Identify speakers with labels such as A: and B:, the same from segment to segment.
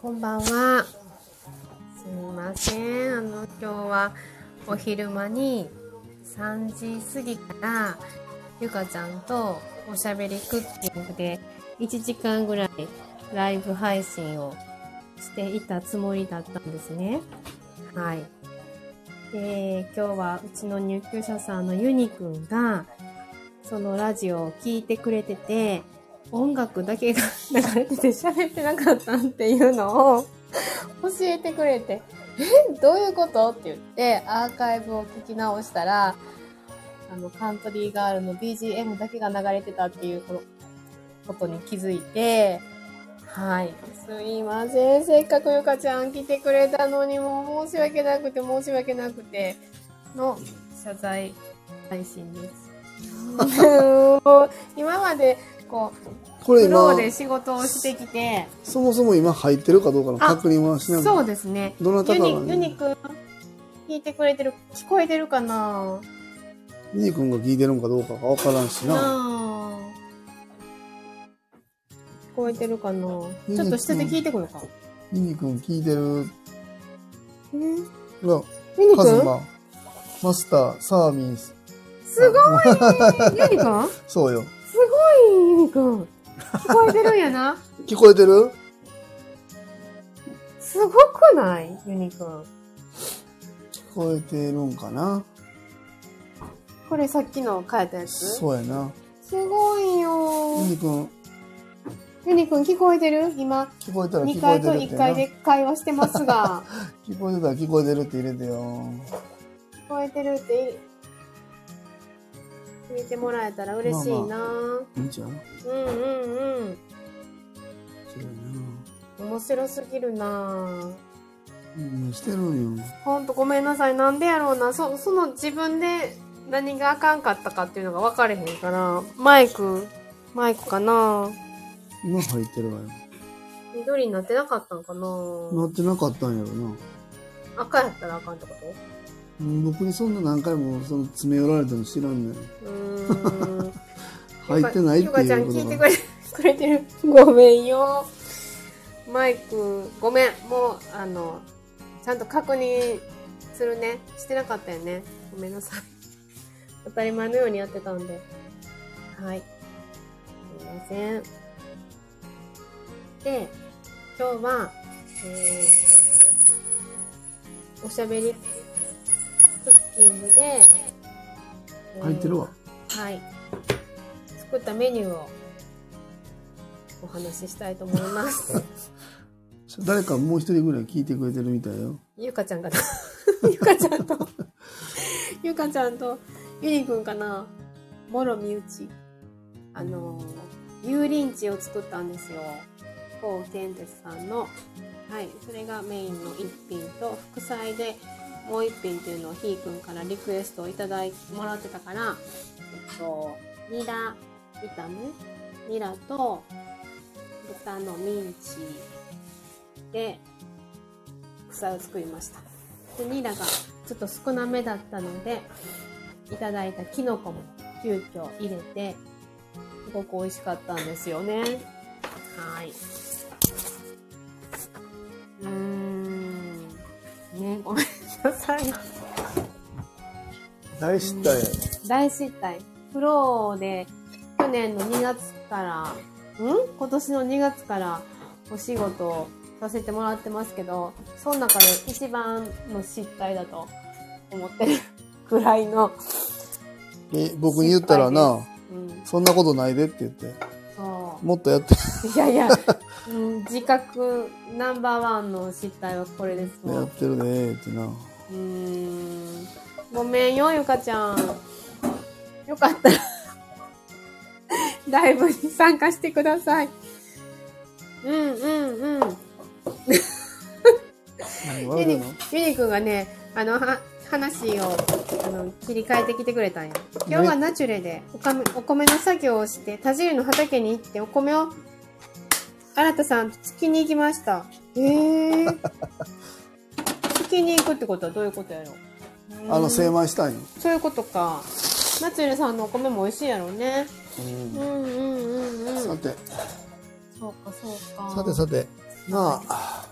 A: こんばんは。すみません。あの、今日はお昼間に3時過ぎから、ゆかちゃんとおしゃべりクッキングで1時間ぐらいライブ配信をしていたつもりだったんですね。はい。で、今日はうちの入居者さんのユニくんが、そのラジオを聞いてくれてて、音楽だけが流れてて喋ってなかったっていうのを教えてくれて、え、どういうことって言って、アーカイブを聞き直したら、あの、カントリーガールの BGM だけが流れてたっていうこことに気づいて、はい。すいません。せっかくゆかちゃん来てくれたのに、もう申し訳なくて、申し訳なくて、の謝罪配信です。 もう今まで、こう、
B: これ
A: フロ
B: 今
A: ー、で仕事をしてきて、
B: そもそも今入ってるかどうかの確認はしな
A: そ
B: いう
A: ですね。
B: どなた
A: ユ
B: かが
A: ニ、ユ
B: ね、
A: ニくん、聞いてくれてる、聞こえてるかな
B: ユニくんが聞いてるんかどうかがわからんしな。
A: なあ聞こえてるかなちょ
B: ユニくん
A: っと下で聞いてくるか。
B: ユニくん聞いてる
A: えユニ
B: が、
A: く
B: カズ
A: ん
B: マ、マスター、サーミン、
A: すご いユニくん
B: そうよ。
A: すごいユニくん聞こえてるんやな。
B: 聞こえてる
A: すごくないユニくん。
B: 聞こえてるんかな
A: これさっきの変えたやつす
B: そうやな。
A: ごいよ
B: ユニくん、
A: ユニくん聞こえてる今、
B: 聞こえたら
A: 2
B: 聞こえ
A: 階
B: て
A: と
B: るって
A: 1
B: な。
A: 階で会話してますが。
B: 聞こえてたら聞こえてるって入れてよ。
A: 聞こえてるって入れてもらえたら嬉しいな、
B: いいんちゃう
A: うんうんうん
B: そうや
A: 面白すぎるな
B: な。うん、してるんよ。
A: ほんとごめんなさいなんでやろうなそその自分で何があかんかったかっていうのが分かれへんからマイクマイクかな
B: 今入ってるわよ。
A: 緑になってなかったんかな
B: なってなかったんやろな。
A: 赤やったらあかんってこと
B: うん僕にそんな何回もその詰め寄られても知らんねん。
A: うーん
B: 入ってないって
A: ゆかちゃ
B: い
A: ん
B: うこ
A: 聞いて
B: と
A: く
B: が
A: れくれてる。ごめんよ。マイク、ごめん。もう、あの、ちゃんと確認するね。してなかったよね。ごめんなさい。当たり前のようにやってたんで。はい。すいません。で、今日は、えー、おしゃべりクッキングで、えー
B: 入ってるわ。
A: はい。作ったメニューをお話ししたいと思います。
B: 誰かもう一人ぐらい聞いてくれてるみたいよ。
A: ゆかちゃんかな ゆかちゃんと、ゆかちゃんと、ゆりくんかなもろみうち。あの、油淋鶏を作ったんですよ。高健哲さんの。はい。それがメインの一品と、副菜でもう一品っていうのをひーくんからリクエストをいただいもらってたから、えっと、ニラ炒めニラと豚のミンチで副菜を作りましたでニラがちょっと少なめだったのでいただいたキノコも急遽入れてすごく美味しかったんですよねはいうーんねごめんなさい
B: 大失態やろ。
A: 大失態。フローで去年の2月から、ん今年の2月からお仕事をさせてもらってますけど、その中で一番の失態だと思ってる くらいの。
B: え、僕に言ったらな、
A: うん、
B: そんなことないでって言って、
A: そ
B: もっとやって、
A: う。いやいや、うん、自覚ナンバーワンの失態はこれですも
B: やっ
A: ん。
B: てるでってな。
A: うーん。ごめんよ、ゆかちゃん。よかったら、 ライブに参加してください。うんうんうん。
B: 何
A: ユ
B: 笑う
A: ニ
B: の、
A: ユニくんがね、あの、は、話を、あの、切り替えてきてくれたんよ。今日はナチュレでおかめ、お米の作業をして、田尻の畑に行ってお米を、新田さんとつきに行きました。へえ。 つきに行くってことはどういうことやろ
B: あの、精
A: せ
B: 米したんよ。
A: そういうことか。ナチュレさんのお米も美味しいやろうね。うんうんうんう
B: さ
A: ん。
B: て、
A: そうかそうか。
B: さてさて、まあ、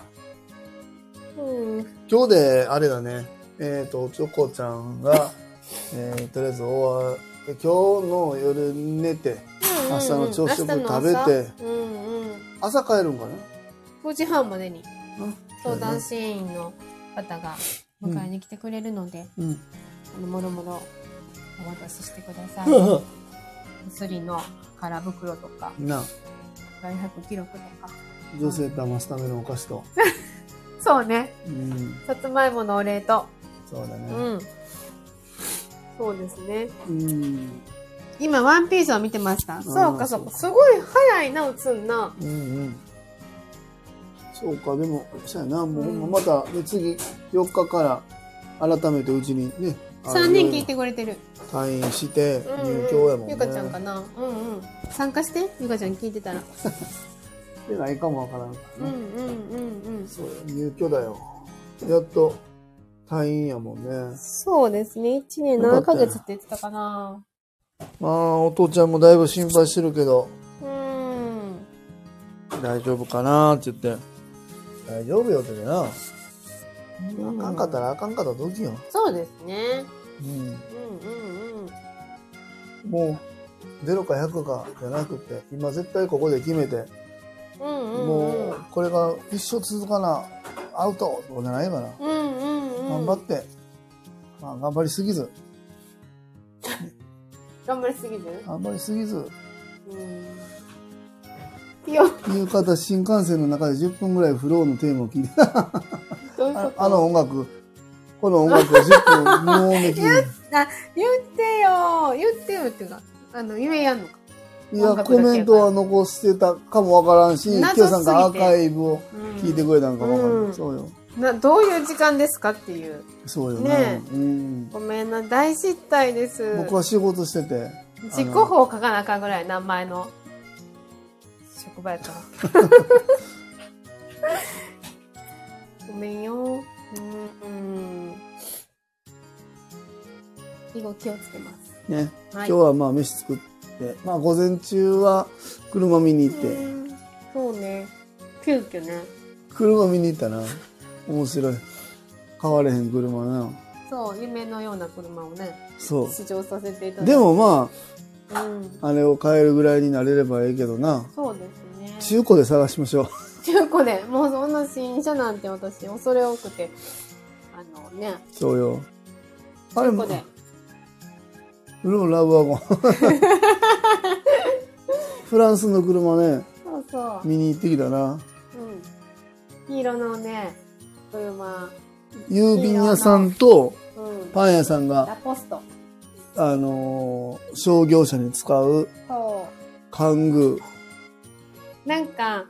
A: うん。
B: 今日であれだねえっ、とチョコちゃんが、えーとりあえず終わ今日の夜寝て明日の朝食食べて
A: て。うんうん。
B: 朝帰るんかな
A: 5時半までに
B: うん
A: 相談支援員の方が迎えに来てくれるので、
B: うん
A: あのもろもろお渡ししてください。
B: う
A: 薬の空袋とか、
B: んなあ
A: 外泊記録とか。
B: 女性騙すためのお菓子と
A: そうね。
B: うん
A: さつまいものお礼と。
B: そうだ
A: う
B: ね
A: ん。そうですね。
B: うん
A: 今、ワンピースを見てました。そうか、そうか。すごい早いな、映んな。
B: うんうんそうかでもそうやなもう、
A: うん
B: ほんままた、ね、次4日から改めてうちにね
A: 3人聞い
B: て
A: てくれてる。
B: 退院して
A: うん
B: 入居やもん
A: うん
B: ね、
A: ゆかちゃんかな。うんうん。参加して、ゆかちゃん聞いてたら。
B: でないかもわからんか
A: うん
B: ら
A: う
B: ね、
A: んうんうん。
B: そうよ入居だよやっと退院やもんね
A: そうですね。1年
B: よか
A: 7
B: った
A: ヶ
B: よ
A: 月って言ってたかな。
B: まあお父ちゃんもだいぶ心配してるけど
A: うん。
B: 大丈夫かなって言って大丈夫よって言ってな、あかんかったらあかんかった時よ、
A: そうですね。
B: うん、
A: うんうんうん。
B: もう0か100かじゃなくて今絶対ここで決めて
A: うんうんうん。
B: もうこれが一生続かなアウトとかじゃないから、
A: うんうんうん。
B: 頑張って、まあ、頑張りすぎず
A: 頑張りすぎる。
B: 頑張りすぎず
A: い や、
B: 夕方新幹線の中で10分ぐらいフローのテーマを聞いて
A: どういうこ
B: あ
A: と
B: あの音楽この音楽を10分無音で聞いて
A: 言ってよ言ってよっていうか、あの、言えやんのか。
B: い
A: 音楽だ
B: や
A: け
B: コメントは残してたかもわからんし
A: 謎すぎて
B: きよさんがアーカイブを聞いてくれたんかもわからん、
A: うん
B: そうよ
A: な、どういう時間ですかっていう。
B: そうよ
A: ね
B: ねうん、
A: ごめんな、大失態です。
B: 僕は仕事してて
A: 自己法書かなあかんぐらい、名前の。職場やったら。 ごめんよ。うん。以後気をつけます。
B: ね
A: は
B: 今日はまあ飯作って、まあ午前中は車見に行って、
A: うんそうね。急遽ね。
B: 車見に行ったな。面白い。買われへん車な。
A: そう、夢のような車をね、
B: そ
A: 試乗させていただ
B: う。
A: いて。
B: で、もま
A: うん、
B: あ、あれを買えるぐらいになれればええけどな。
A: そうですね。
B: 中古で探しましょ
A: 中古で、もうそんな新車なんて私、恐れ多くて、あのね、
B: う。 そうよ。あれ
A: 中
B: も
A: 古、で、
B: フローラブ ワゴン。フランスの車ね、
A: そうそ
B: 見に行ってきた
A: う、
B: な。
A: うん。黄色のね、車、
B: 郵便屋さんと
A: うん、
B: パン屋さん
A: ラ
B: が、
A: ポスト、
B: あのー商業車に使う
A: そ
B: 玩具。
A: う。なんか、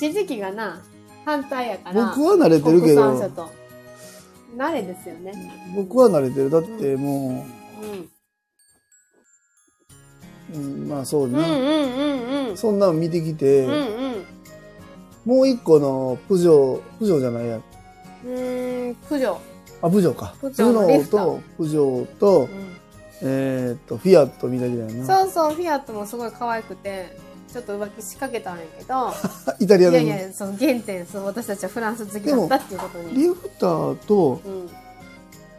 A: 指示器がな、反対やから、
B: 僕は慣れてるけ
A: 国産車
B: ど、
A: と。慣れですよね。
B: 僕は慣れてる。だっても
A: うん。
B: う、うんまあそう
A: うんう
B: ね。
A: んうんうん。
B: そんなん見てきて、
A: うんうん。
B: もう一個のプジョー、プジョーじゃないや。
A: うーん、駆除。
B: あ、プジョーか。
A: プジョーのレ
B: プ
A: フ
B: ジ
A: タ
B: ョー
A: ー
B: と、プジョーと、えーっと、フィアット見たきだよな。
A: そうそう、フィアットもすごい可愛くて、ちょっと浮気仕掛けたんやけど、
B: あイタリア
A: い
B: の。
A: やいや、その原点、その私たちはフランス好きだったっていうことに。
B: リフターと、
A: うん。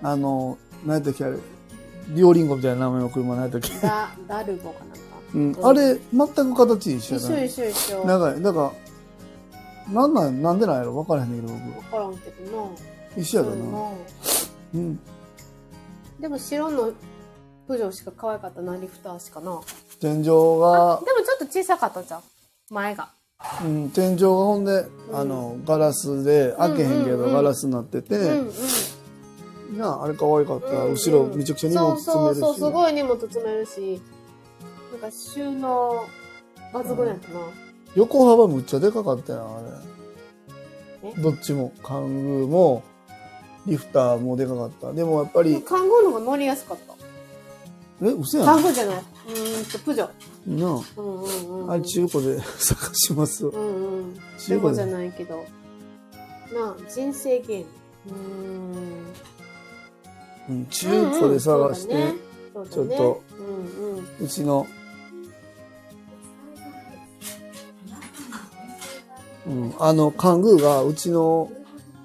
B: あの、何やったっけあれ、リオリンゴみたいな名前の車何やったっけ。
A: ダ、ダルゴかなんか。
B: うん。あれ、全く形一緒
A: 一
B: じ
A: 緒
B: ゃない。
A: 一緒一緒。わ
B: 長い。だから、なんなん、なんでなんやろ分からへんねんけど、
A: からんけどな。
B: 僕。一緒や
A: う
B: だ
A: ん
B: な。
A: な
B: うん。
A: でも白のプジョーしか可愛かったな、リフターしかな。
B: 天
A: あでも
B: 井が、
A: ちょっと小さかったじゃん。前が。
B: うん、天井がほんで、
A: ん
B: あの、ガラスで、開けへんけ
A: うんうん
B: ど
A: うん
B: ガラスになってて、
A: うんうん。
B: なああれ可愛かった、
A: うんうん
B: 後ろめちゃくちゃ荷
A: そ
B: 物
A: う
B: 詰
A: そ
B: め
A: う
B: るし
A: そう、すごい荷物詰めるし、なんか収納、抜群やったな。
B: 横幅むっちゃでかかったよあれ
A: え
B: どっちもカングーもリフターもでかかったでもやっぱり
A: 看護の方が乗りやすかった。
B: え嘘や
A: 看
B: ん
A: 護じゃない。うーんと、プジョ。
B: な
A: うんうんうん。
B: ああれ中古で 探します
A: うんうん。中
B: 中
A: 古
B: 古
A: じ
B: じ
A: ゃ
B: ゃ
A: ないけど。まあ、人生ゲーム。うーん。
B: うん中古で探して、
A: う
B: う
A: んうん、そうだね。そうだね
B: ちょ
A: うんうん。
B: ちのうん、あの、カングーがうちの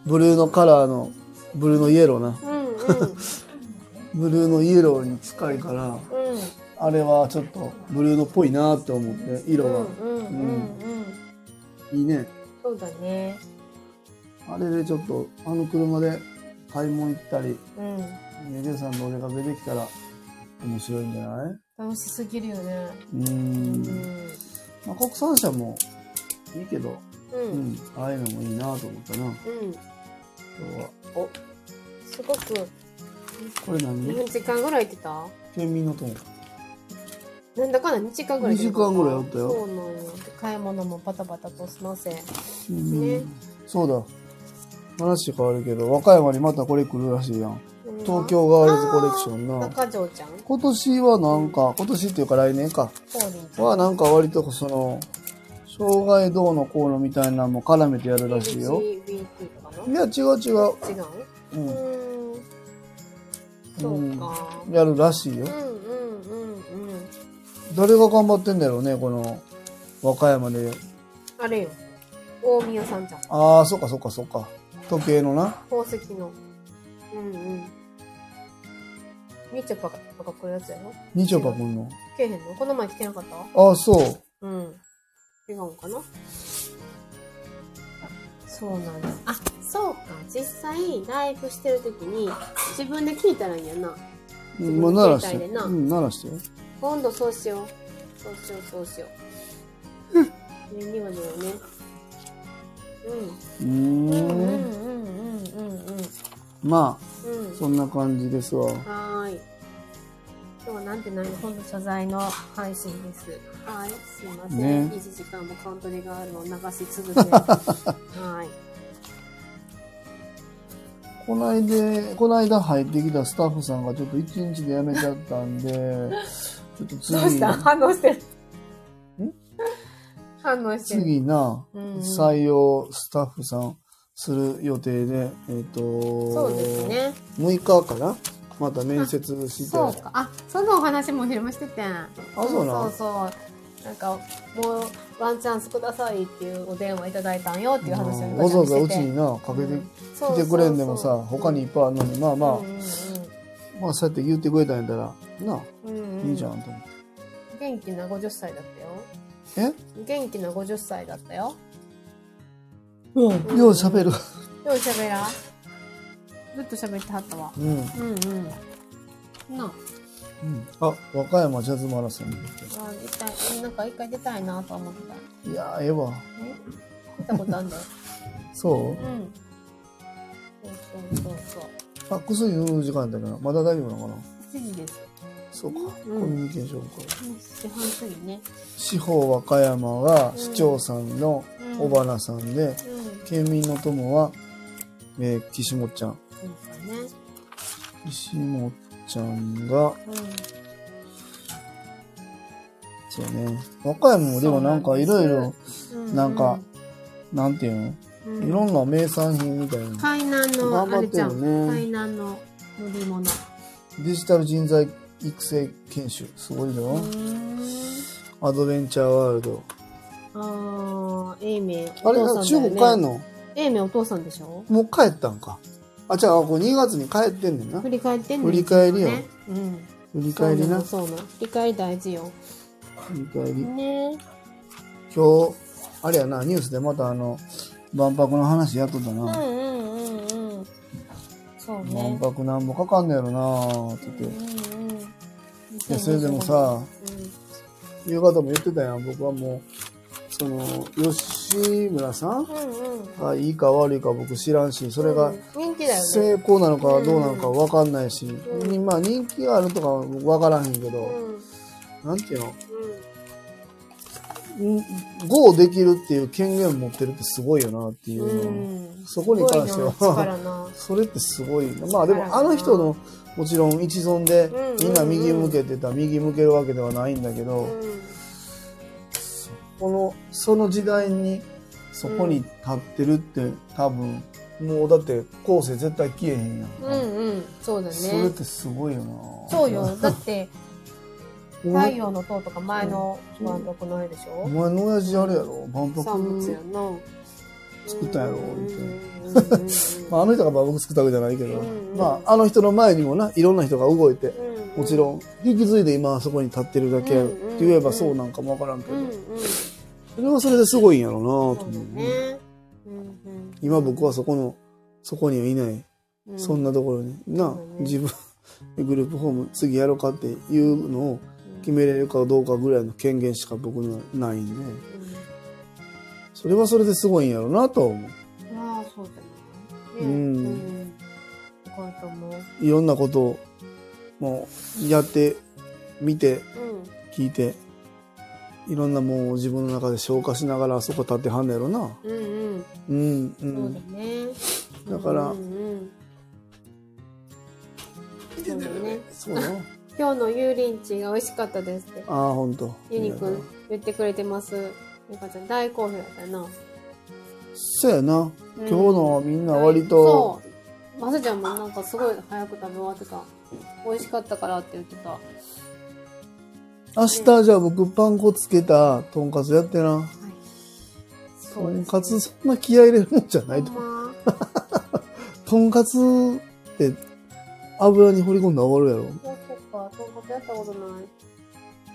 B: ブルーのカラーのブルーのイエローな
A: うんうん
B: ブルーのイエローに近いから
A: うん
B: あれはちょっとブルーのっぽいなって思って色が
A: うんうんうんうん
B: いいね
A: そうだね
B: あれでちょっとあの車で買い物行ったり
A: うん
B: ねねさんのお出かけできたら面白いんじゃない
A: 楽しすぎるよね
B: うー
A: うんん
B: まあ、国産車もいいけど、
A: う
B: うんん、ああいうのもいいなと思ったな
A: うん
B: 今日はお
A: すごく
B: これ何
A: 何時間ぐらい行ってた
B: 県民の友
A: なんだかんだ2時間ぐらい行ってた
B: 二時間ぐらいあったよ
A: そうなんよ買い物もバタバタと済ませ
B: うん
A: ね
B: そうだ話変わるけど和歌山にまたこれ来るらしいやん東京ガールズコレクションな
A: 中条ちゃん
B: 今年はなんか今年っていうか来年か
A: ポーリーちゃん
B: はなんか割とその障害どうのこうのみたいなのも絡めてやるらしいよ
A: LGBT か
B: い
A: な違
B: や違う違う、
A: う
B: う、
A: うんーんそうか
B: やるらしいよ
A: うんうんうんうん
B: 誰が頑張ってんだろうねこの和歌山で
A: あれよ大宮さんじゃん
B: ああそっかそっかそっか時計のな
A: 宝石のうんうんみちょぱがとか来るやつやろ
B: みちょぱくんの
A: 来えへんのこの前来てなかった
B: ああそう
A: うん。違うんかなそうなんだ。あ、そうか。実際、ライブしてる時に、自分で聞いたらいいんやな。
B: うんまあ鳴らし
A: 携
B: て
A: 帯でな
B: うん鳴らしてよ
A: 今度そうしよう。そうしよう、そうしよう。うん。にはにはね。
B: う
A: うん。うん、う
B: ー
A: ん
B: ん、
A: うん、うん、うん、
B: ま
A: うん。
B: あそんな感じですわ
A: はーい。今日はなんてないの今度謝罪の配信です。はい、すいません。
B: ね
A: 1時間もカントリーガールを流し続け。 はい。
B: こないでこないだ入ってきたスタッフさんがちょっと一日で辞めちゃったんでちょっと
A: どうし
B: 次
A: た反応してる。反応してる。
B: 次な
A: うんうん
B: 採用スタッフさんする予定でえっ、と
A: そうですね。
B: 6日かなまた面接して
A: そうか。あ、そのお話も昼間しててん。あ、
B: そうなん
A: そうそう。なんか、もう、ワンチャンスくださいっていうお電話いただいたんよっていう話を
B: わざわざうち
A: に
B: になかけて
A: 来
B: 来てくれんでもさ、他にいっぱいあるのにまあまあ、
A: あ、
B: まあそうやって言ってくれたんやったらなあ
A: うんうんう
B: いいじゃ
A: ん。
B: んと思っ
A: 元気な50歳だったよ。
B: て、え
A: 元気な50歳だったよ。
B: うんよう喋る
A: よう喋らん。ずっと喋ってはったわ。
B: うん、うん、
A: うんうん。なあ、
B: あ和歌山ジャズマラソン
A: あ一回、なんか一回出たいなと思ってた。
B: いやーええわ
A: え出たことあるんだよ。。
B: そううん
A: そうそうそうそう。
B: あ薬飲む時間だけどまだ大丈夫なのかな
A: 7時です。
B: そうか、
A: うん
B: コミュニケーションか
A: 7時半過ぎね。
B: 司法和歌山は市長さんの
A: うん
B: 小花さんで、
A: うん。そう
B: 県民の友は、えー、岸本ちゃん
A: だね。
B: 岸本ちゃんがそうね和歌山もでもなんかいろいろ
A: うん。う
B: なんか、なんていうの
A: うん
B: いろんな名産品みたいな。
A: 海南
B: 頑
A: の、
B: 張
A: あ
B: ってるね
A: れちゃん。海南の乗り物。
B: デジタル人材育成研修。すごいよ。
A: うん
B: アドベンチャーワールド。
A: あー、永明。
B: あれ、
A: お父さ
B: 中
A: んだよ
B: 国
A: ね
B: 帰んの
A: 永明お父さんでしょ
B: もう帰ったんか。あ、じゃあ、これ2月に帰ってんねんな。振
A: 振り返ってんの
B: 振り返りよ
A: いつもねうん。
B: り返りな。振
A: そうなの。そうなの振り返り大事よ。
B: り返り。
A: ね
B: 今日、あれやな、ニュースでまたあの、万博の話やっとった
A: うん
B: な。
A: うんうんうん。そう
B: 万
A: ね。
B: 博なんぼかかんねやろなーって
A: うん
B: 言って。
A: うんうん。い
B: いや、それでもさ、夕方も言ってたやん。僕はもう、その、吉村さ
A: う
B: ん
A: ん、うんうん。
B: がいいか悪いか僕知らんし、それが、
A: 人気だよね。
B: 成功なのかどうなのか分かんないし、
A: うん
B: まあ人気があるとかは分からへんけ
A: う
B: ど、
A: んうん。
B: なんていうの、ん GO できるっていう権限を持ってるってすごいよなっていうの、
A: うん。
B: そこに関して
A: すごいな
B: は、
A: 力な。
B: それってすごいな。まあで
A: 力だ
B: も
A: な
B: あの人のもちろん一存で
A: うんうんうん
B: みんな右向けてたら右向けるわけではないんだけど、
A: う
B: この、その時代にそこに立ってるって多分、もうだって後世絶対消えへんやんか。
A: んうんうん。そうだね。
B: それってすごいよな。
A: そうよ。だって、
B: うん
A: 太陽の塔とか前の万博の絵でし
B: お
A: ょ
B: 前の親父あれやろ万
A: 産
B: 博
A: 物やな。
B: 作ったんやろ言って
A: うんうんうん
B: まあ、あの人がまあ僕作ったわけじゃないけど、
A: うんうん
B: まあ、あの人の前にもないろんな人が動いて
A: うん
B: もちろん引き継いで今はそこに立ってるだけ
A: う
B: っ
A: ん
B: て
A: うんうん
B: 言えばそうなんかもわからんけど、
A: うんうん
B: それはそれですごいんやろうな
A: そ
B: と
A: うだ
B: 思う、
A: ねうん
B: 今僕はそこのそこにはいない、
A: うん
B: そんなところにな、
A: そうだね
B: 自分 グループホーム次やろうかっていうのを決めれるかどうかぐらいの権限しか僕にはないんでそれはそれですごいんやろうなとは思う
A: うんまあそうだねね
B: うん
A: うんすごいと思う
B: いろんなことをもうやってみて
A: うん
B: 聞いていろんなもんを自分の中で消化しながらあそこ立ってはんだやろな
A: うんうん
B: うんう
A: そうだ
B: ん
A: ね
B: だから
A: うんうんそうだね
B: そうよ
A: 今日の油淋鶏が美味しかったですって
B: ああほんと
A: ゆにくん言ってくれてますゆかちゃん大好評だったな
B: そうやな今日のはみんな割と
A: そうまさちゃんもなんかすごい早く食べ終わってた美味しかったからって言ってた
B: 明日じゃあ僕パン粉つけたとんかつやってなと
A: そうで
B: ん
A: す
B: かつそんな気合い入れるもんじゃないと
A: ほんま
B: とんかつって油に掘り込んだら終わるやろ
A: そうか、とんかつやったことない。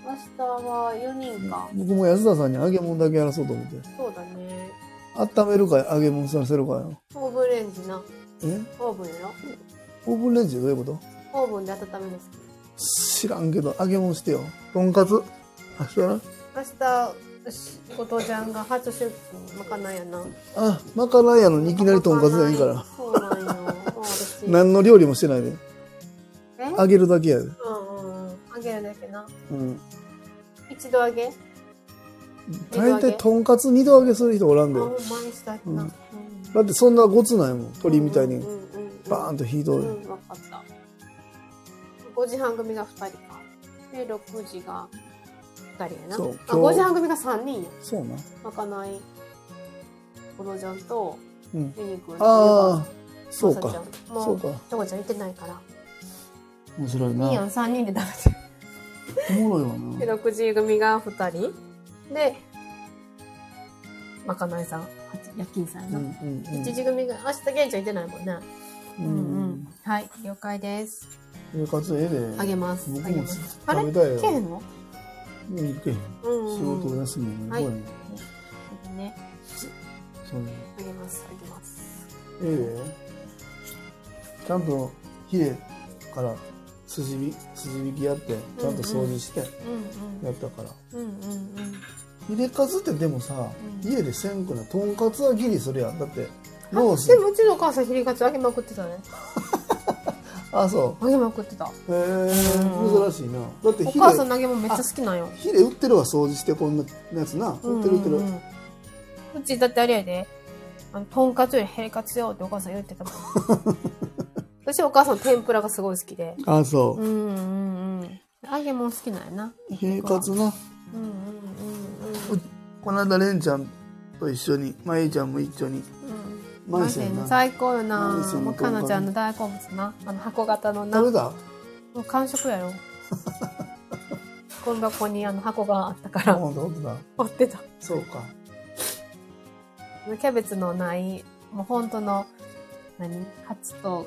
A: 明日は4人か。
B: 僕も安田さんに揚げ物だけやらそうと思って
A: そうだね。
B: 温めるか揚げ物させるかよ
A: オーブンレンジな。
B: え
A: オーブンやろ
B: オーブンレンジでどういうこと
A: オーブンで温めるの
B: 知らんけど揚げ物してよとんかつ明日な
A: 好き。明日、し後藤ちゃんが初出勤、まかないやな。
B: あまかないやのにいきなりとんかつでいいから
A: そうなんよ。私。うん
B: 何の料理もしてないで
A: え
B: 揚げるだけやで
A: うんうん。揚げるだけな。
B: うん
A: 一度揚げあ、
B: 大体とんかつ二度揚げする人おらんで
A: ほんまにしたいな。
B: う
A: うんん
B: だってそんなごつないもん鶏みたいに
A: うんうんうん
B: バーンと引いと
A: う
B: る
A: ん、分かった。5時半組が2人か。で、6時が2人やな。
B: そう
A: あ、
B: 今日
A: 5時半組が3人や。
B: そうな
A: まかない、小野ちゃんと、
B: うん
A: ユニくん。
B: ああ
A: そう
B: そう
A: か。
B: か
A: もう、
B: そうか
A: とこちゃん行ってないから。
B: 面白い
A: いいや、
B: なん
A: 3人で食
B: おもろいわ
A: べて。
B: な
A: で、6時組が2人。で、まかないさん、夜勤さん
B: う
A: や
B: ん
A: な。
B: うん
A: 1時組が、明日玄ちゃん行ってないもんね。
B: う
A: うん
B: ん
A: うん。はい、了解です。
B: うんとんかつええ
A: あ
B: で
A: げます。
B: 僕
A: あ
B: も
A: げます。あれ
B: 食べたいよ
A: けえへんの
B: うん行けへん
A: うんうんうん
B: 仕事休みやね
A: はい
B: どうやねん
A: ね、
B: そうね
A: あげます、あげます。
B: ええでちゃんとヒレから筋引筋引きやってちゃんと掃除して
A: うん
B: やったから、
A: うん、うんうんうん。
B: ヒレカツってでもさ、
A: うん
B: 家でせんくないとんかつはギリそれやんだってロー
A: あ
B: ス
A: でもうちのお母さんヒレカツあげまくってたね。
B: あそ
A: あげまくってた。
B: うへえ、
A: うんうん
B: 珍しいなだって
A: お
B: ヒ
A: 母さん
B: レ
A: の揚げ物めっちゃ好きなんよ。
B: ヒレ売ってるわ掃除してこんなやつな売ってる売ってる、
A: うんうんうんうちだってあれやで、あのとんかつよりヘレカツよってお母さん言ってたもん。 私お母さん天ぷらがすごい好きで。
B: あそう
A: ん
B: う、
A: うんうん。揚げ物好きなんやな。
B: ヒレカツな
A: うんうんうんうん。
B: この間レンちゃんと一緒にまゆちゃんも一緒にマンションやな
A: 最高よな
B: マンション
A: も
B: の
A: うかなちゃんの大好物なあの箱型のな
B: 食べた
A: もう完食やろ ゴミ箱にあの箱があったか
B: あ
A: ら
B: 本当本当だ
A: 持ってた
B: そうか
A: キャベツのないもう本当の何カツと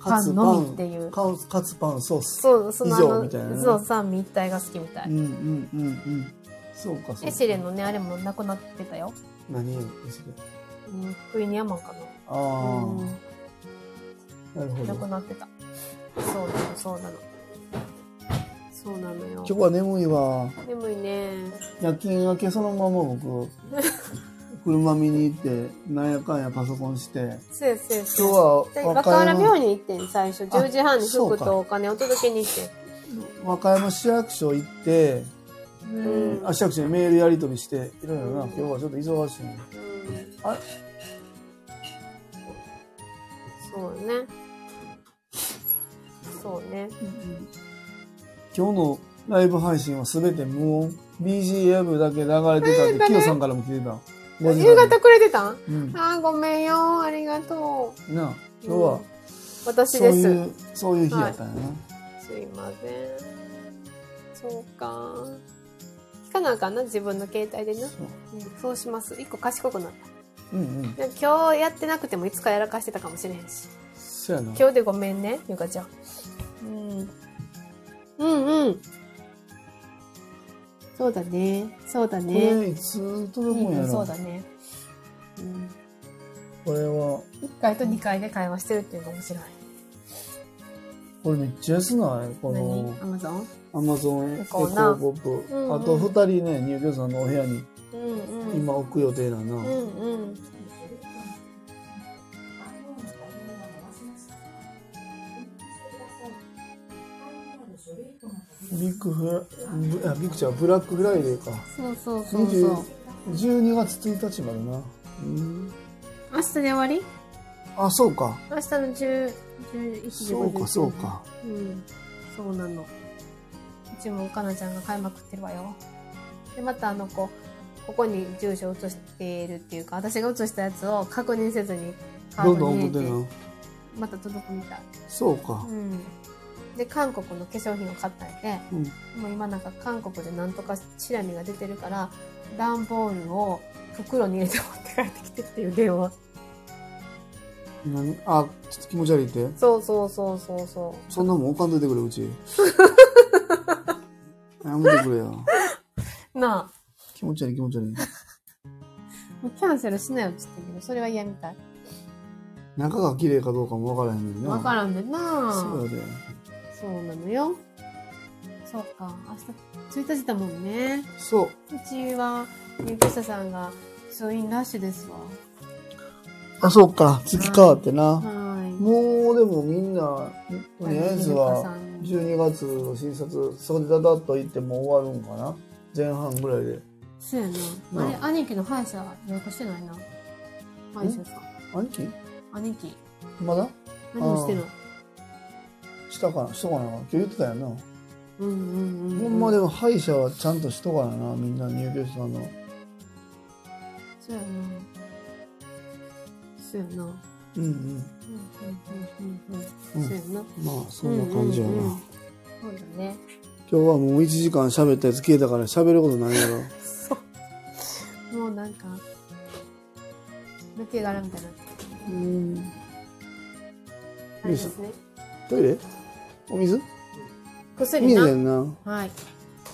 A: パンのみっていう
B: カツカツパンソース
A: そうそのあ
B: 以上
A: の
B: みたいなね
A: そう三位一体が好きみた
B: う
A: い
B: んうんうんうんそうかそう
A: エ
B: か
A: シレのねあれもなくなってたよ
B: 何エシレ
A: うんクイニアマンか
B: ああ
A: なうん
B: なるほ
A: な
B: ど
A: くなってたそうなのそうなのそうなのよ
B: 今日は眠いわ
A: 眠いね
B: 夜勤明けそのま ま僕車見に行ってなんやかんやパソコンして
A: そうそうそう
B: 今日は
A: で
B: 和
A: 和歌
B: 歌
A: 山病
B: 山
A: 院に行ってん最初10時半に
B: そう
A: 服
B: か
A: とお金を届けに行って
B: 和歌山市役所行って、
A: ん
B: あ市役所にメールやり取りしていろいろな今日はちょっと忙しいね
A: うん
B: あれ
A: そうねそうね
B: 今日のライブ配信は全て無音 BGM だけ流れてたって、キヨさんからも聞いてた5時
A: 夕
B: 半に
A: 方くれてたん
B: うん、
A: あーごめんよありがとう
B: なあ今日は
A: 私
B: そう
A: です
B: いうそういう日やったんやな、
A: すいませんそうか聞かなあかんな自分の携帯でな、
B: そう
A: うんそうします一個賢くなっ
B: うんうん
A: でも今日やってなくてもいつかやらかしてたかもしれへんし
B: そやな
A: 今日でごめんねゆかちゃん、うん、うんうんそうだねそうだ
B: こ
A: ね
B: れいつ
A: う
B: 届くんや
A: ん
B: ろ
A: そうだね、うん、
B: これは
A: 1回と2回で会話してるっていうのが面白い
B: これめっちゃ安ないこの
A: 何アマゾン
B: アマゾンエコ
A: こうな
B: ーポップ、
A: うんうん
B: あと2人ね入居者のお部屋に
A: うんうん
B: 今置く予定だな、
A: うんうん
B: ビッグフラブあビッグちゃんブラックフライデーか
A: そうそうそうそう
B: 20 12月1日までなうん
A: 明日で終わり
B: あそうか
A: 明日の10 11時
B: そうかそうか
A: うん、そうなの。うちもかなちゃんが買いまくってるわよ。で、またあの子、ここに住所移してるっていうか、私が移したやつを確認せずにカ
B: ど
A: ー
B: ん
A: ド
B: どん
A: に
B: 送
A: 入
B: って
A: れて
B: る、の
A: また届くみたい。
B: そうか
A: うん。で、韓国の化粧品を買ったんで、
B: うん
A: もう今なんか韓国でなんとかチラミが出てるから、段ボールを袋に入れて持って帰ってきてっていう電話。
B: 何あちょっと気持ち悪いって
A: そうそうそうそうそう。
B: そんなもん置かんといてくれ うちやめてくれよ
A: なあ、
B: 気持ち悪い気持ち悪い
A: もうキャンセルしなよって言ってるけど、それは嫌みたい。
B: 中が綺麗かどうかもわからへんのにな
A: わからんでなあ。
B: そうやで
A: そうなのよ。そうか、明日1日だもんね。
B: そう
A: うちは、入居者さんが通院ラッシュですわ。
B: あそうか月変わってな、
A: は
B: もうでもみんなとりあえずは
A: はい
B: 12月の診察そこでダダッと行ってもう終わるんかな前半ぐらいで
A: い。そうやな。あれ、兄貴の歯医者予約してないな。歯医者さん。
B: 兄貴
A: 兄貴、
B: まだ
A: 何をしてるの
B: したかなしとかな今日言ってたよな、
A: うんうんうん。
B: ほんまでも歯医者はちゃんとしとかななみんな入居者さんの
A: そうやな。そうやな。
B: うんう
A: うんう
B: ん
A: んうん
B: う
A: うんん。そうやな。
B: まあそんな感じやな、
A: うんうんうんそうだね。
B: 今日はもう1時間喋ったやつ消えたから喋ることないやろ
A: そう。もうなんか、抜け殻みたいな。
B: うん
A: あれですね。
B: トイレお水
A: 薬
B: 水や
A: な。
B: んな
A: はい。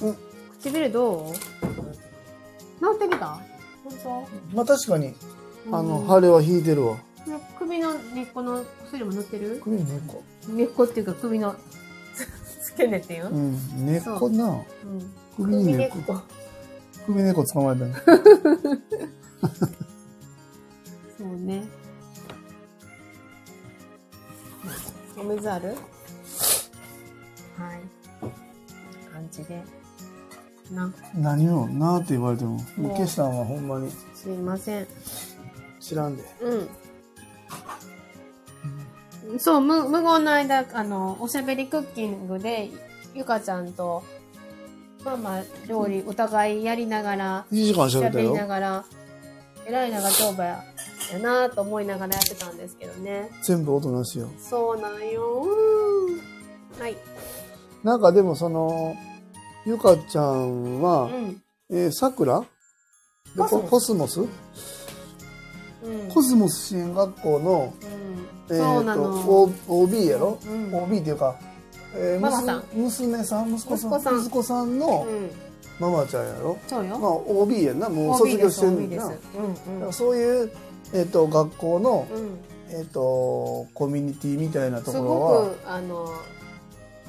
B: うん
A: 唇どう治ってきた本
B: まあ確かに
A: 当
B: あの
A: うん
B: 腫れは引いてるわ
A: 首の根っこの薬も塗ってる
B: 首根っこ
A: 根っこっていうか首の付け根っていうう、
B: ん根っこな
A: うん、
B: 首に根っこ
A: こ。
B: 首根っこ捕まえたの
A: そうね。お水あるはい。感じで。な、
B: 何をなあって言われても
A: もう
B: 消したんはほんまに
A: すいません。
B: 知らんで
A: うん。そう、む、無言の間、あの、おしゃべりクッキングで、ゆかちゃんと、まあまあ、料理、お互いやりながら、
B: 1時間
A: し
B: 喋
A: ゃ
B: った
A: べりな
B: よ
A: がら、偉い長丁場や、やなと思いながらやってたんですけどね。
B: 全部音なしよ
A: そうなんよ。はい。
B: なんかでもそのゆかちゃん
A: う
B: は
A: ん。
B: えーさくらでこコ
A: コ
B: スモス
A: うん。
B: コスモス支援学校の
A: う
B: え
A: ん、
B: ー
A: そうな
B: と
A: の。
B: O- OB やろ
A: うん
B: OB っていうかえー
A: ママさん
B: 娘さん息子
A: 息子
B: さ
A: さ
B: ん
A: ん
B: 息子さんの
A: うん。
B: ママちゃんやろ
A: そう
B: ま
A: よ。
B: あ OB やんなもう卒業してんね
A: OB
B: ん
A: です。
B: な
A: OB ですうんう
B: だか
A: ん
B: ら。そういう、えっと学校の、
A: うん。
B: えっとコミュニティみたいなと
A: す
B: ころ
A: ご
B: は
A: くあの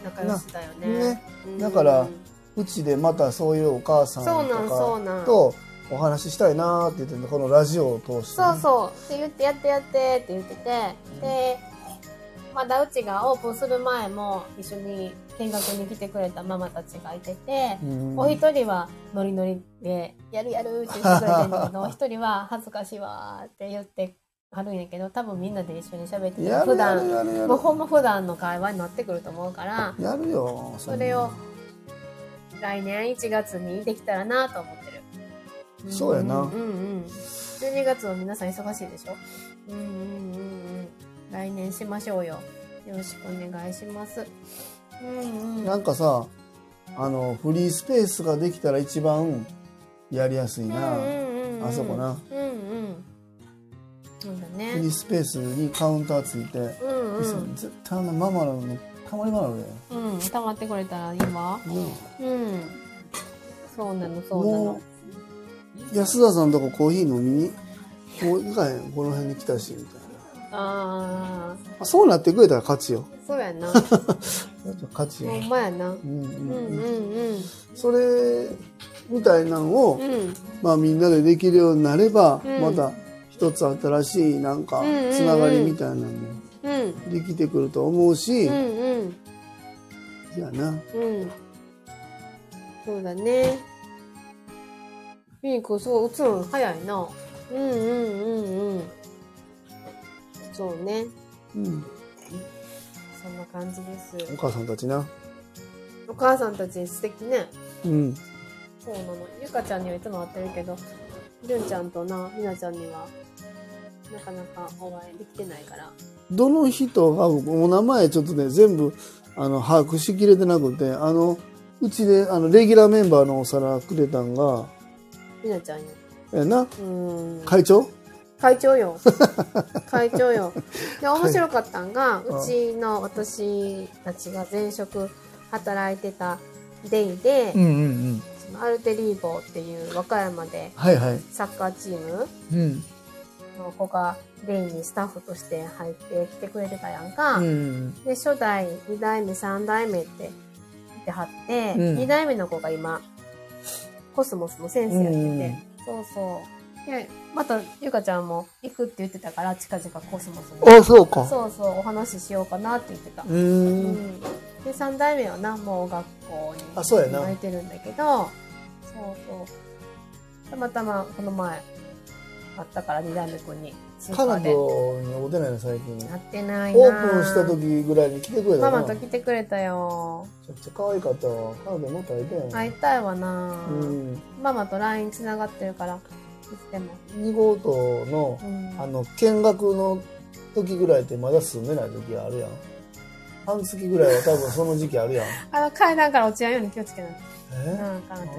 A: 仲良しだよね
B: ね
A: うん
B: だからうちでまたそういうお母さんと
A: そうなんそうな
B: か
A: ん
B: とお話ししたいなーって言ってんのこのラジオを通してね、
A: そうそうって言ってやってやってって言っててでまだうちがオープンする前も一緒に見学に来てくれたママたちがいてて、
B: うん
A: お一人はノリノリで「やるやる」って言ってくれてるんだけどお一人は「恥ずかしいわ」って言ってはるんやけど多分みんなで一緒に喋ってて
B: やる
A: 普
B: やる
A: 段
B: やるや
A: もう
B: る
A: ほんま普段の会話になってくると思うから
B: やるよ
A: それを来年1月にできたらなと思ってる
B: そうやな
A: うんうんうん12月は皆さん忙しいでしょうんうんうんうん来年しましょうよよろしくお願いしますうんうん
B: なんかさあのフリースペースができたら一番やりやすいな、
A: うんうんうんうん
B: あそこな
A: うんうんそうだ
B: フリー
A: ね
B: スペースにカウンターついて、
A: うんうん
B: 絶対あのママらのたまり場なので、
A: うん溜まってくれたら今うんそうなのそうな
B: も
A: の
B: う安田さんとかコーヒー飲みにこう行かへんこの辺に来たしみたい
A: ああ
B: なあそうなってくれたら勝ちよ
A: そうやな
B: やっぱ勝ちよ、
A: ほんまやな
B: うん
A: う
B: うん
A: んうんうん
B: それみたいなのを、
A: うん
B: まあ、みんなでできるようになれば、
A: うん
B: また一つ新しいなんか
A: うんうんうん
B: つながりみたいなのも
A: うん
B: できてくると思うし、
A: うんうん
B: いやな
A: うん。そうだね。ミニ君、すごい打つの早いな。うんうんうんうん。そうね。
B: うん、
A: そんな感じです。
B: お母さんたちな、
A: お母さんたち素敵ね。
B: うん、
A: そうなの。ゆかちゃんにはいつも会ってるけど、りゅんちゃんとな、ひなちゃんには、なかなかお会いできてないから。
B: どの人が僕お名前ちょっとね全部あの把握しきれてなくてあのうちであのレギュラーメンバーのお皿くれたんが
A: ひなちゃんに。
B: えな
A: うーん。
B: 会長
A: 会長 よ会長よで面白かったんが、うちの私たちが前職働いてたデイで、
B: んうんうん
A: そのアルテリーボっていう和歌山で
B: はいはい
A: サッカーチーム
B: うん
A: の子がデイにスタッフとして入ってきてくれてたやんか、
B: うん
A: で初代2代目3代目って言ってはって、
B: うん
A: 2代目の子が今コスモスの先生やってて、そうそうでまたゆかちゃんも行くって言ってたから近々コスモスに
B: あそうか
A: そうそうお話ししようかなって言ってた、
B: う
A: うん
B: ん
A: で3代目はなもう学校に
B: あそうやな
A: 泣いてるんだけどそうそうたまたまこの前あったから2代目くんにスーパ
B: 彼
A: ーで
B: 女に会うてないの最近
A: なってないな
B: オープンした時ぐらいに来てくれた
A: マ
B: な
A: マと来てくれたよ
B: めっちゃ可愛かったわ彼女も大変
A: 会いたいわな、
B: うん
A: ママと LINE つながってるからいつでも、
B: 2号棟の
A: うん
B: あの見学の時ぐらいってまだ住んでない時あるやん半月ぐらいは多分その時期あ るやん
A: あの階段から落ちないように気をつけない
B: え
A: うんかなとよ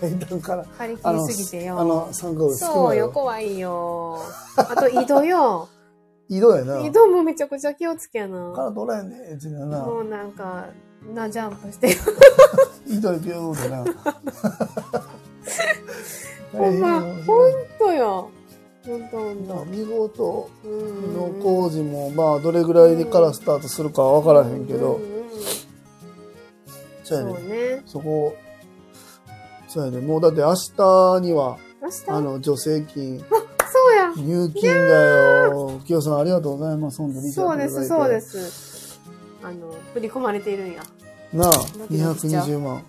B: 階段から
A: 張り切
B: あの
A: りすぎてよ
B: あの三角隙
A: そ
B: 間
A: うよ、
B: よ
A: 怖いよ。 あと、井戸よ。
B: 移動やな
A: 井戸もめちゃくちゃ気をつけやな。も
B: から取らへんねえってなな
A: うなんか、な、ジャンプして。
B: 移動ビューってな
A: ほ んま、ほんとよ。ほんとほんと。
B: 見事
A: うん。
B: の工事もまあどれぐらいからスタートするかは分からへんけど、
A: うんうんうん
B: そうや
A: そ
B: ね
A: うね。
B: そこそうやねもうだって明日には
A: 明日
B: あの助成金
A: そうや。
B: 入金だよきよさんありがとうございます本当に見てい
A: そう
B: ただ
A: で
B: いて
A: す、そうです。あの、振り込まれているんや。
B: なあ
A: ドキドキしちゃう
B: 220万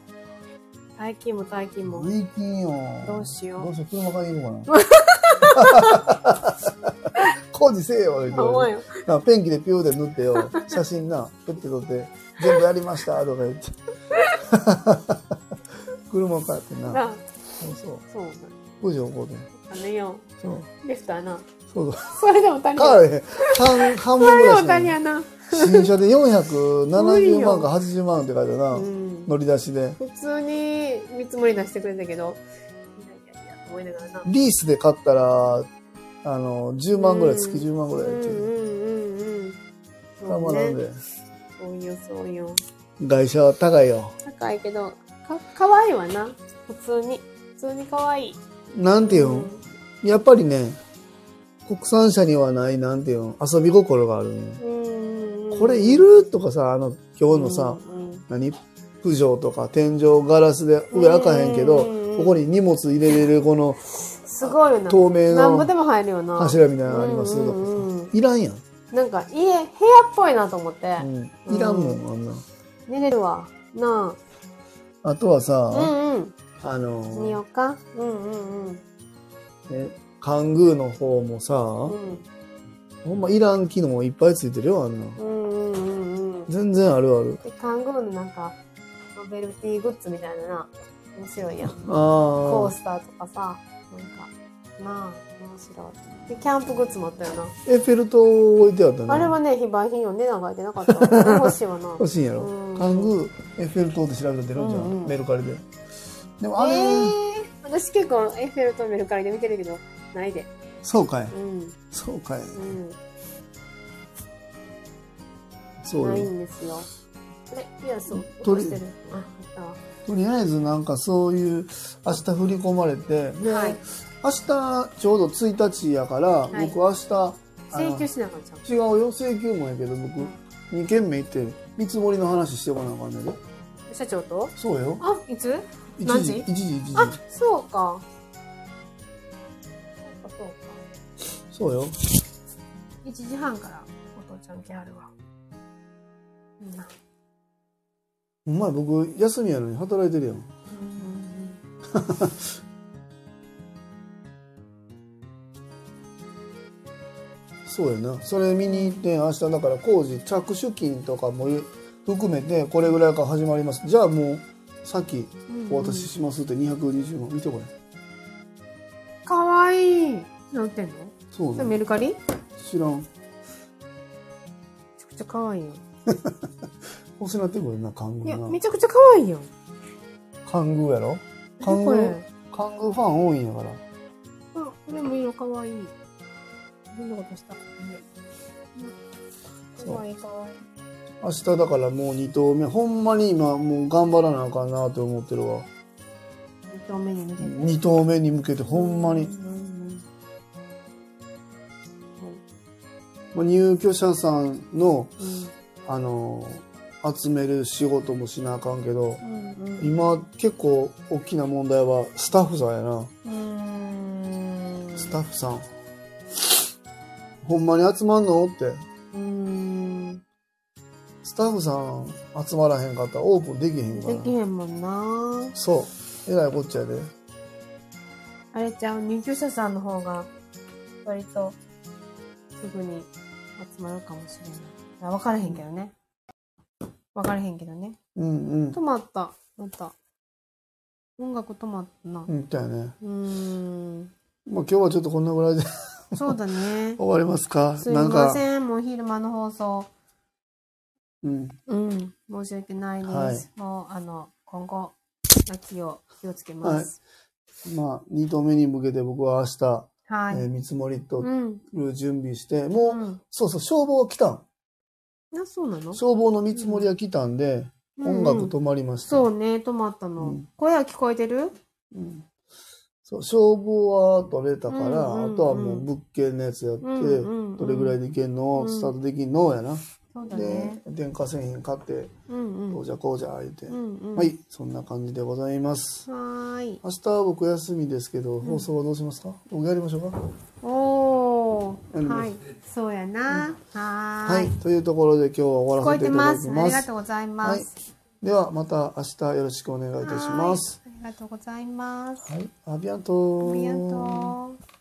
A: 大金も大金も。
B: 入金よ
A: どうしよう
B: どうしよう車買いに行こうか な工事せえよ言うて
A: あ思うよ。
B: なペンキでピューで塗ってよ写真なペッて撮って全部やりましたとか言って 車買ってな
A: な、
B: そうそう
A: そうなん。
B: 工事起こうで
A: 金よ。
B: そう
A: レフターな。
B: そうそう
A: それでも足り
B: 買
A: や。
B: われへん半半
A: それ
B: 分ぐ
A: で
B: ら
A: も
B: いしか
A: 足り
B: ない
A: やな。
B: 新車で
A: 無理
B: 470
A: よ
B: 万か80万って書いてな、
A: うん。
B: 乗り出しで
A: 普通に見積もり出してくれたけど、いやいやいや、思いながらな。
B: リースで買ったらあの10万ぐらい月10万ぐらいやってる
A: うんうんうん。
B: たま
A: そう
B: らん
A: ね。
B: で
A: そうよ、そうよ。
B: 外車は高いよ
A: 高いけど、か、可愛いわな。普通に。普通に可愛い。
B: なんていう
A: うん
B: んやっぱりね国産車にはないなんていうん遊び心があるんよ
A: うんうん。
B: これいるとかさあの今日のさ、
A: うんうん
B: 何プジョーとか天井ガラスで上開かへんけど
A: うん
B: ここに荷物入れれるこの
A: すごいよな。
B: 透明
A: なんぼ
B: の
A: でも入るよな。
B: 柱みたいなのあります
A: う
B: と
A: んうんう
B: か
A: ん
B: さいらんやん、
A: なんか家、部屋っぽいなと思って。
B: うん、いらんもんあんな
A: 寝れるわ。な
B: あとは
A: あ。
B: さ、
A: うんうん。
B: あ
A: 見よ
B: の
A: うか。うんうんうん。
B: えカングーの方もさ、
A: うん
B: ほんまいらん機能いっぱいついてるよあんな
A: うんうんうんうん。
B: 全然あるある
A: で、カングーのなんか、ノベルティグッズみたいなな、面白いやん。コ
B: あ
A: ースターとかさ、なんか、なあ、面白い。で、キャンプグッズもあったよな。
B: あエッフェル塔置いてあったね
A: あれはね、非売品よ。値段が書いてなか ったわ。欲しいわな。
B: 欲しいんやろ
A: うん
B: カングーエッフェル塔って調べたら出るんじゃ
A: う
B: ん、
A: んうん
B: メルカリででもあれ、
A: えー、私結構エッフェル塔メルカリで見てるけど、ないで。
B: そうかい。
A: うん
B: そうかい。
A: う
B: そ
A: んな
B: う
A: い
B: よ。
A: んですよえピアスを
B: と
A: 落と
B: り
A: してるああったわ
B: とりあえずなんかそういう、明日振り込まれて、で、
A: はい
B: 明日ちょうど1日やから、
A: い
B: 僕明日、あの
A: 請求しなかった
B: 違うよ、請求もやけど、僕、2軒目行って、見積もりの話してこなあかんねんで。
A: 社長と
B: そうよ。
A: あいつ
B: 一
A: 何
B: 時、
A: 時
B: 一時、一時
A: あ。そうかそうかそうか
B: そうよ。
A: 1時半からお父ちゃん来はるわうんな
B: お前僕、休みやのに働いてるやん。そうやな。それ見に行って、明日だから工事、着手金とかも含めて、これぐらいから始まります。じゃあもう、さっきお渡ししますって220万。見てこれ。
A: かわいいなんてんの
B: そ
A: そ
B: う
A: れ
B: なの。
A: メルカリめ
B: 知らん。
A: ちゃくちゃかわいいよ
B: 欲しなってくるな、看
A: い
B: 護
A: や
B: な
A: め。ちゃくちゃかわいいよ
B: 看護やろ看
A: 何こ
B: 護
A: れ、
B: 看護ファン多いんやから。
A: あこれも色かわいいどんなことしたか
B: そう
A: かわいいかわいい
B: 明日だからもう2投目。ほんまに今もう頑張らなあかんなって思ってるわ。
A: 二丁目に向けて
B: 2投目に向けてほんまに
A: う。ん
B: まあ入居者さんの、
A: うん
B: あのー集める仕事もしなあかんけど、
A: うんうんうん
B: 今結構大きな問題はスタッフさんやな。
A: うん
B: スタッフさん。ほんまに集まんのって。
A: うん
B: スタッフさん集まらへんかったらオープンできへんか
A: でき
B: ら。
A: へんもんな
B: そう。えらいこっちゃやで。
A: あれちゃう入居者さんの方が割とすぐに集まるかもしれないあ分からへんけどね分からへんけどね
B: うんうん
A: 止。まったまた音楽止まったな
B: みたいね。
A: うーん
B: まあ今日はちょっとこんなぐらいで
A: そうだ ね
B: 終わりますか。
A: すい
B: なんか
A: ませんもう昼間の放送
B: うん、
A: うん申し訳ないです、
B: はい
A: もうあの今後泣きを気をつけます
B: まあ2投目に向けて僕は明日、
A: はい、
B: えー見積もり
A: う
B: 取
A: ん
B: る準備して、もう、
A: うん
B: そうそう消防来たん
A: なそうなの
B: 消防の見積もりは来たんで、音
A: うんう
B: 楽
A: ん
B: 止まりました、
A: そううね止まったの、
B: うん
A: 声は聞こえてる
B: んそう消防は取れたから、
A: うんうんうん
B: あとはもう物件のやつやって、どれぐら
A: で
B: いでいけんの、
A: うん
B: スタートできんのやな、
A: そうだね
B: で。電化製品買って
A: うんうん。
B: どうじゃこうじゃ言うて、
A: うんうん。
B: は。いそんな感じでございます
A: はーい。
B: 明日は僕休みですけど放送はどうしますか、僕やりましょうか
A: お
B: やり
A: ー。
B: ます
A: はい。そうやな。は
B: は
A: ー
B: い
A: い。
B: というところで今日は終
A: 聞
B: わ
A: こ
B: ら
A: えて
B: せていただ
A: ま
B: き
A: す。あ
B: ま
A: り
B: す
A: がとうございます。
B: ではまた明日よろしくお願いいたします
A: はーい。ありがとうございます。
B: はい、アビアント
A: ありがとう。